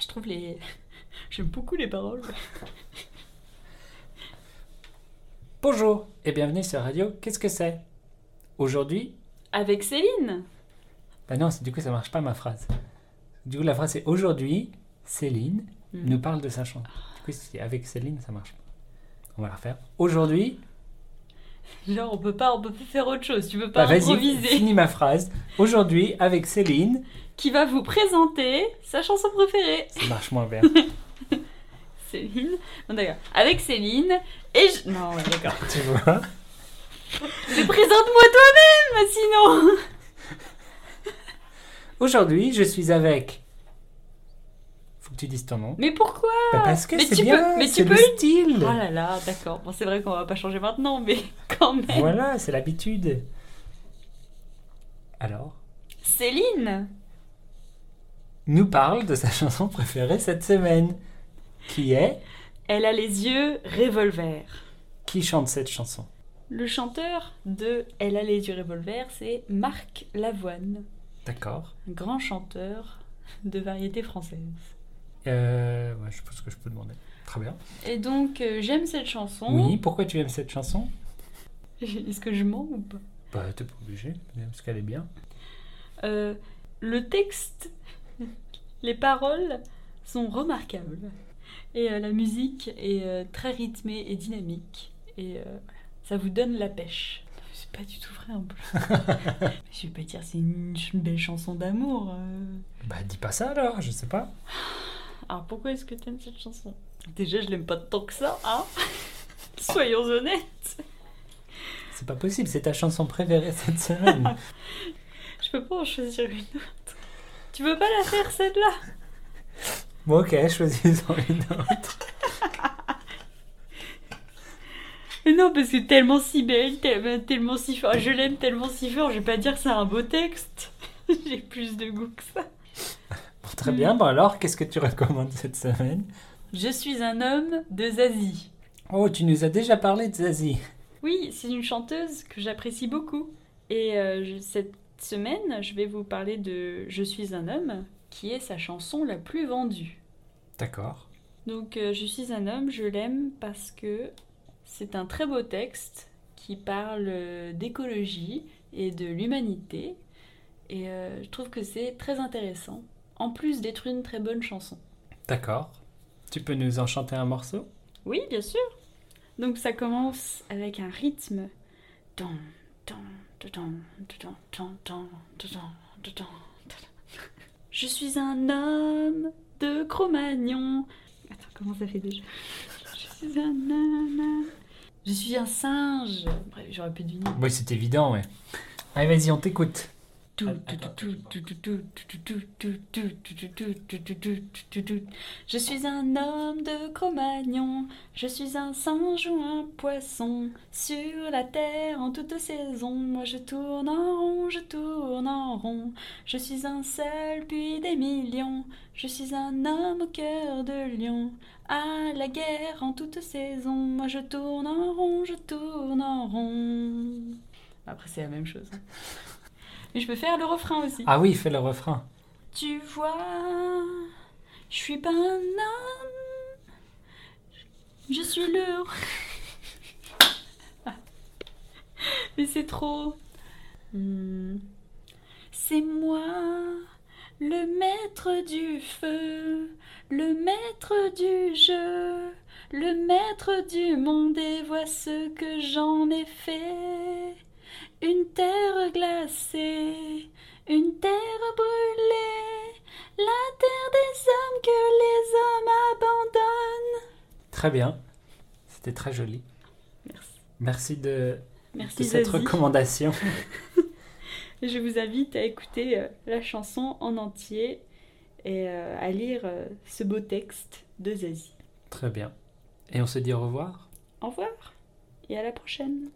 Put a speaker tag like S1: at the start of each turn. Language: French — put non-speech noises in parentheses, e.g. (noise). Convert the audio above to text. S1: Je trouve les. (laughs) J'aime beaucoup les paroles.
S2: Bonjour et bienvenue sur Radio Qu'est-ce que c'est Aujourd'hui,
S1: Avec Céline
S2: bah non, c'est- du coup ça marche pas ma phrase. Du coup la phrase c'est aujourd'hui, Céline
S1: Hmm.
S2: nous parle de sa chanson. Du coup si avec Céline ça marche pas. On va la refaire. Aujourd'hui,
S1: Genre, on peut pas, on peut plus faire autre chose, tu peux
S2: bah
S1: pas
S2: vas-y,
S1: improviser.
S2: finis ma phrase. Aujourd'hui, avec Céline,
S1: Qui va vous présenter sa chanson préférée
S2: ça marche moins bien. (laughs)
S1: Céline Non, d'accord. Avec Céline et je. Non, ouais, d'accord.
S2: tu vois
S1: Mais présente-moi toi-même
S2: (laughs)
S1: Sinon
S2: Aujourd'hui, je suis avec. Faut que tu dises ton nom.
S1: Mais pourquoi
S2: Bah, parce que
S1: Ah, mais
S2: c'est
S1: tu
S2: bien,
S1: peux- mais tu
S2: c'est
S1: peux
S2: le
S1: le-
S2: style.
S1: Oh là là, d'accord. Bon, c'est vrai qu'on va pas changer maintenant, mais (laughs) quand même.
S2: Voilà, c'est l'habitude. Alors,
S1: Céline
S2: nous parle de sa (laughs) chanson préférée cette semaine, qui est
S1: Elle a les yeux revolver.
S2: qui chante cette chanson.
S1: Le chanteur de Elle a les yeux revolver, c'est Marc Lavoine.
S2: D'accord.
S1: un grand chanteur de variété française.
S2: Euh, ouais, je pense que je peux demander. Très bien.
S1: Et donc, euh, j'aime cette chanson.
S2: Oui, pourquoi tu aimes cette chanson
S1: (laughs) Est-ce que je mens ou pas
S2: Bah, t'es pas obligé, parce qu'elle est bien.
S1: Euh, Le texte, (laughs) les paroles sont remarquables. Et euh, la musique est euh, très rythmée et dynamique. Et euh, ça vous donne la pêche. Non, mais C'est pas du tout vrai en plus. (laughs) je vais pas dire c'est une ch- belle chanson d'amour. euh.
S2: Bah, dis pas ça alors, je sais pas.
S1: Alors pourquoi est-ce que t'aimes cette chanson Déjà, je l'aime pas tant que ça, (laughs) hein Soyons honnêtes.
S2: C'est pas possible, c'est ta chanson préférée cette (laughs) semaine.
S1: Je peux pas en choisir une autre. Tu veux pas la faire celle-là
S2: bon, ok, choisis-en une autre.
S1: Mais non, parce que tellement si belle, tel- tellement si fort. Je l'aime tellement si fort, je vais pas dire que c'est un beau texte. (laughs) J'ai plus de goût que ça.
S2: Bon, très bien, bon alors, qu'est-ce que tu recommandes cette semaine
S1: Je suis un homme de Zazie.
S2: Oh, tu nous as déjà parlé de Zazie.
S1: Oui, c'est une chanteuse que j'apprécie beaucoup. Et euh, je- cette semaine, je vais vous parler de Je suis un homme, qui est sa chanson la plus vendue.
S2: D'accord.
S1: Donc, euh, Je suis un homme, je l'aime parce que c'est un très beau texte qui parle euh, d'écologie et de l'humanité. Et euh, je trouve que c'est très intéressant, en plus d'être une très bonne chanson.
S2: D'accord. Tu peux nous en chanter un morceau
S1: Oui, bien sûr. Donc ça commence avec un rythme. Tan, tan, tan, tan, tan, tan, tan, tan, tan, tan, tan. Je suis un homme de Cro-Magnon. Attends, comment ça fait déjà Je suis un homme. Je suis un singe. Bref, j'aurais pu deviner.
S2: Oui, c'est évident, ouais. Allez, vas-y, on t'écoute.
S1: Tout, tout,
S2: Attends,
S1: tout, tout, tout, tout, tout, tout, tout, tout, tout, tout, tout, tout, tout, tout, tout, tout. Je suis un homme de Cro-Magnon, je suis un singe ou un poisson. Sur la terre en toute saison, moi je tourne en rond, je tourne en rond. Je suis un seul puis des millions, je suis un homme au cœur de lion. À la guerre en toute saison, moi je tourne en rond, je tourne en rond. Après c'est la même chose. hein. Mais je peux faire le refrain aussi.
S2: Ah oui, fais le refrain.
S1: Tu vois, je suis pas un homme. Je suis le. (laughs) Mais c'est trop. Hmm. C'est moi, le maître du feu, le maître du jeu, le maître du monde, et vois ce que j'en ai fait. Une terre glacée, une terre brûlée, la terre des hommes que les hommes abandonnent.
S2: Très bien. C'était très joli.
S1: Merci.
S2: Merci de, de
S1: Merci
S2: cette
S1: Zazie.
S2: recommandation.
S1: Je vous invite à écouter euh, la chanson en entier et euh, à lire euh, ce beau texte de Zazie.
S2: très bien. Et on se dit au revoir
S1: Au revoir et à la prochaine.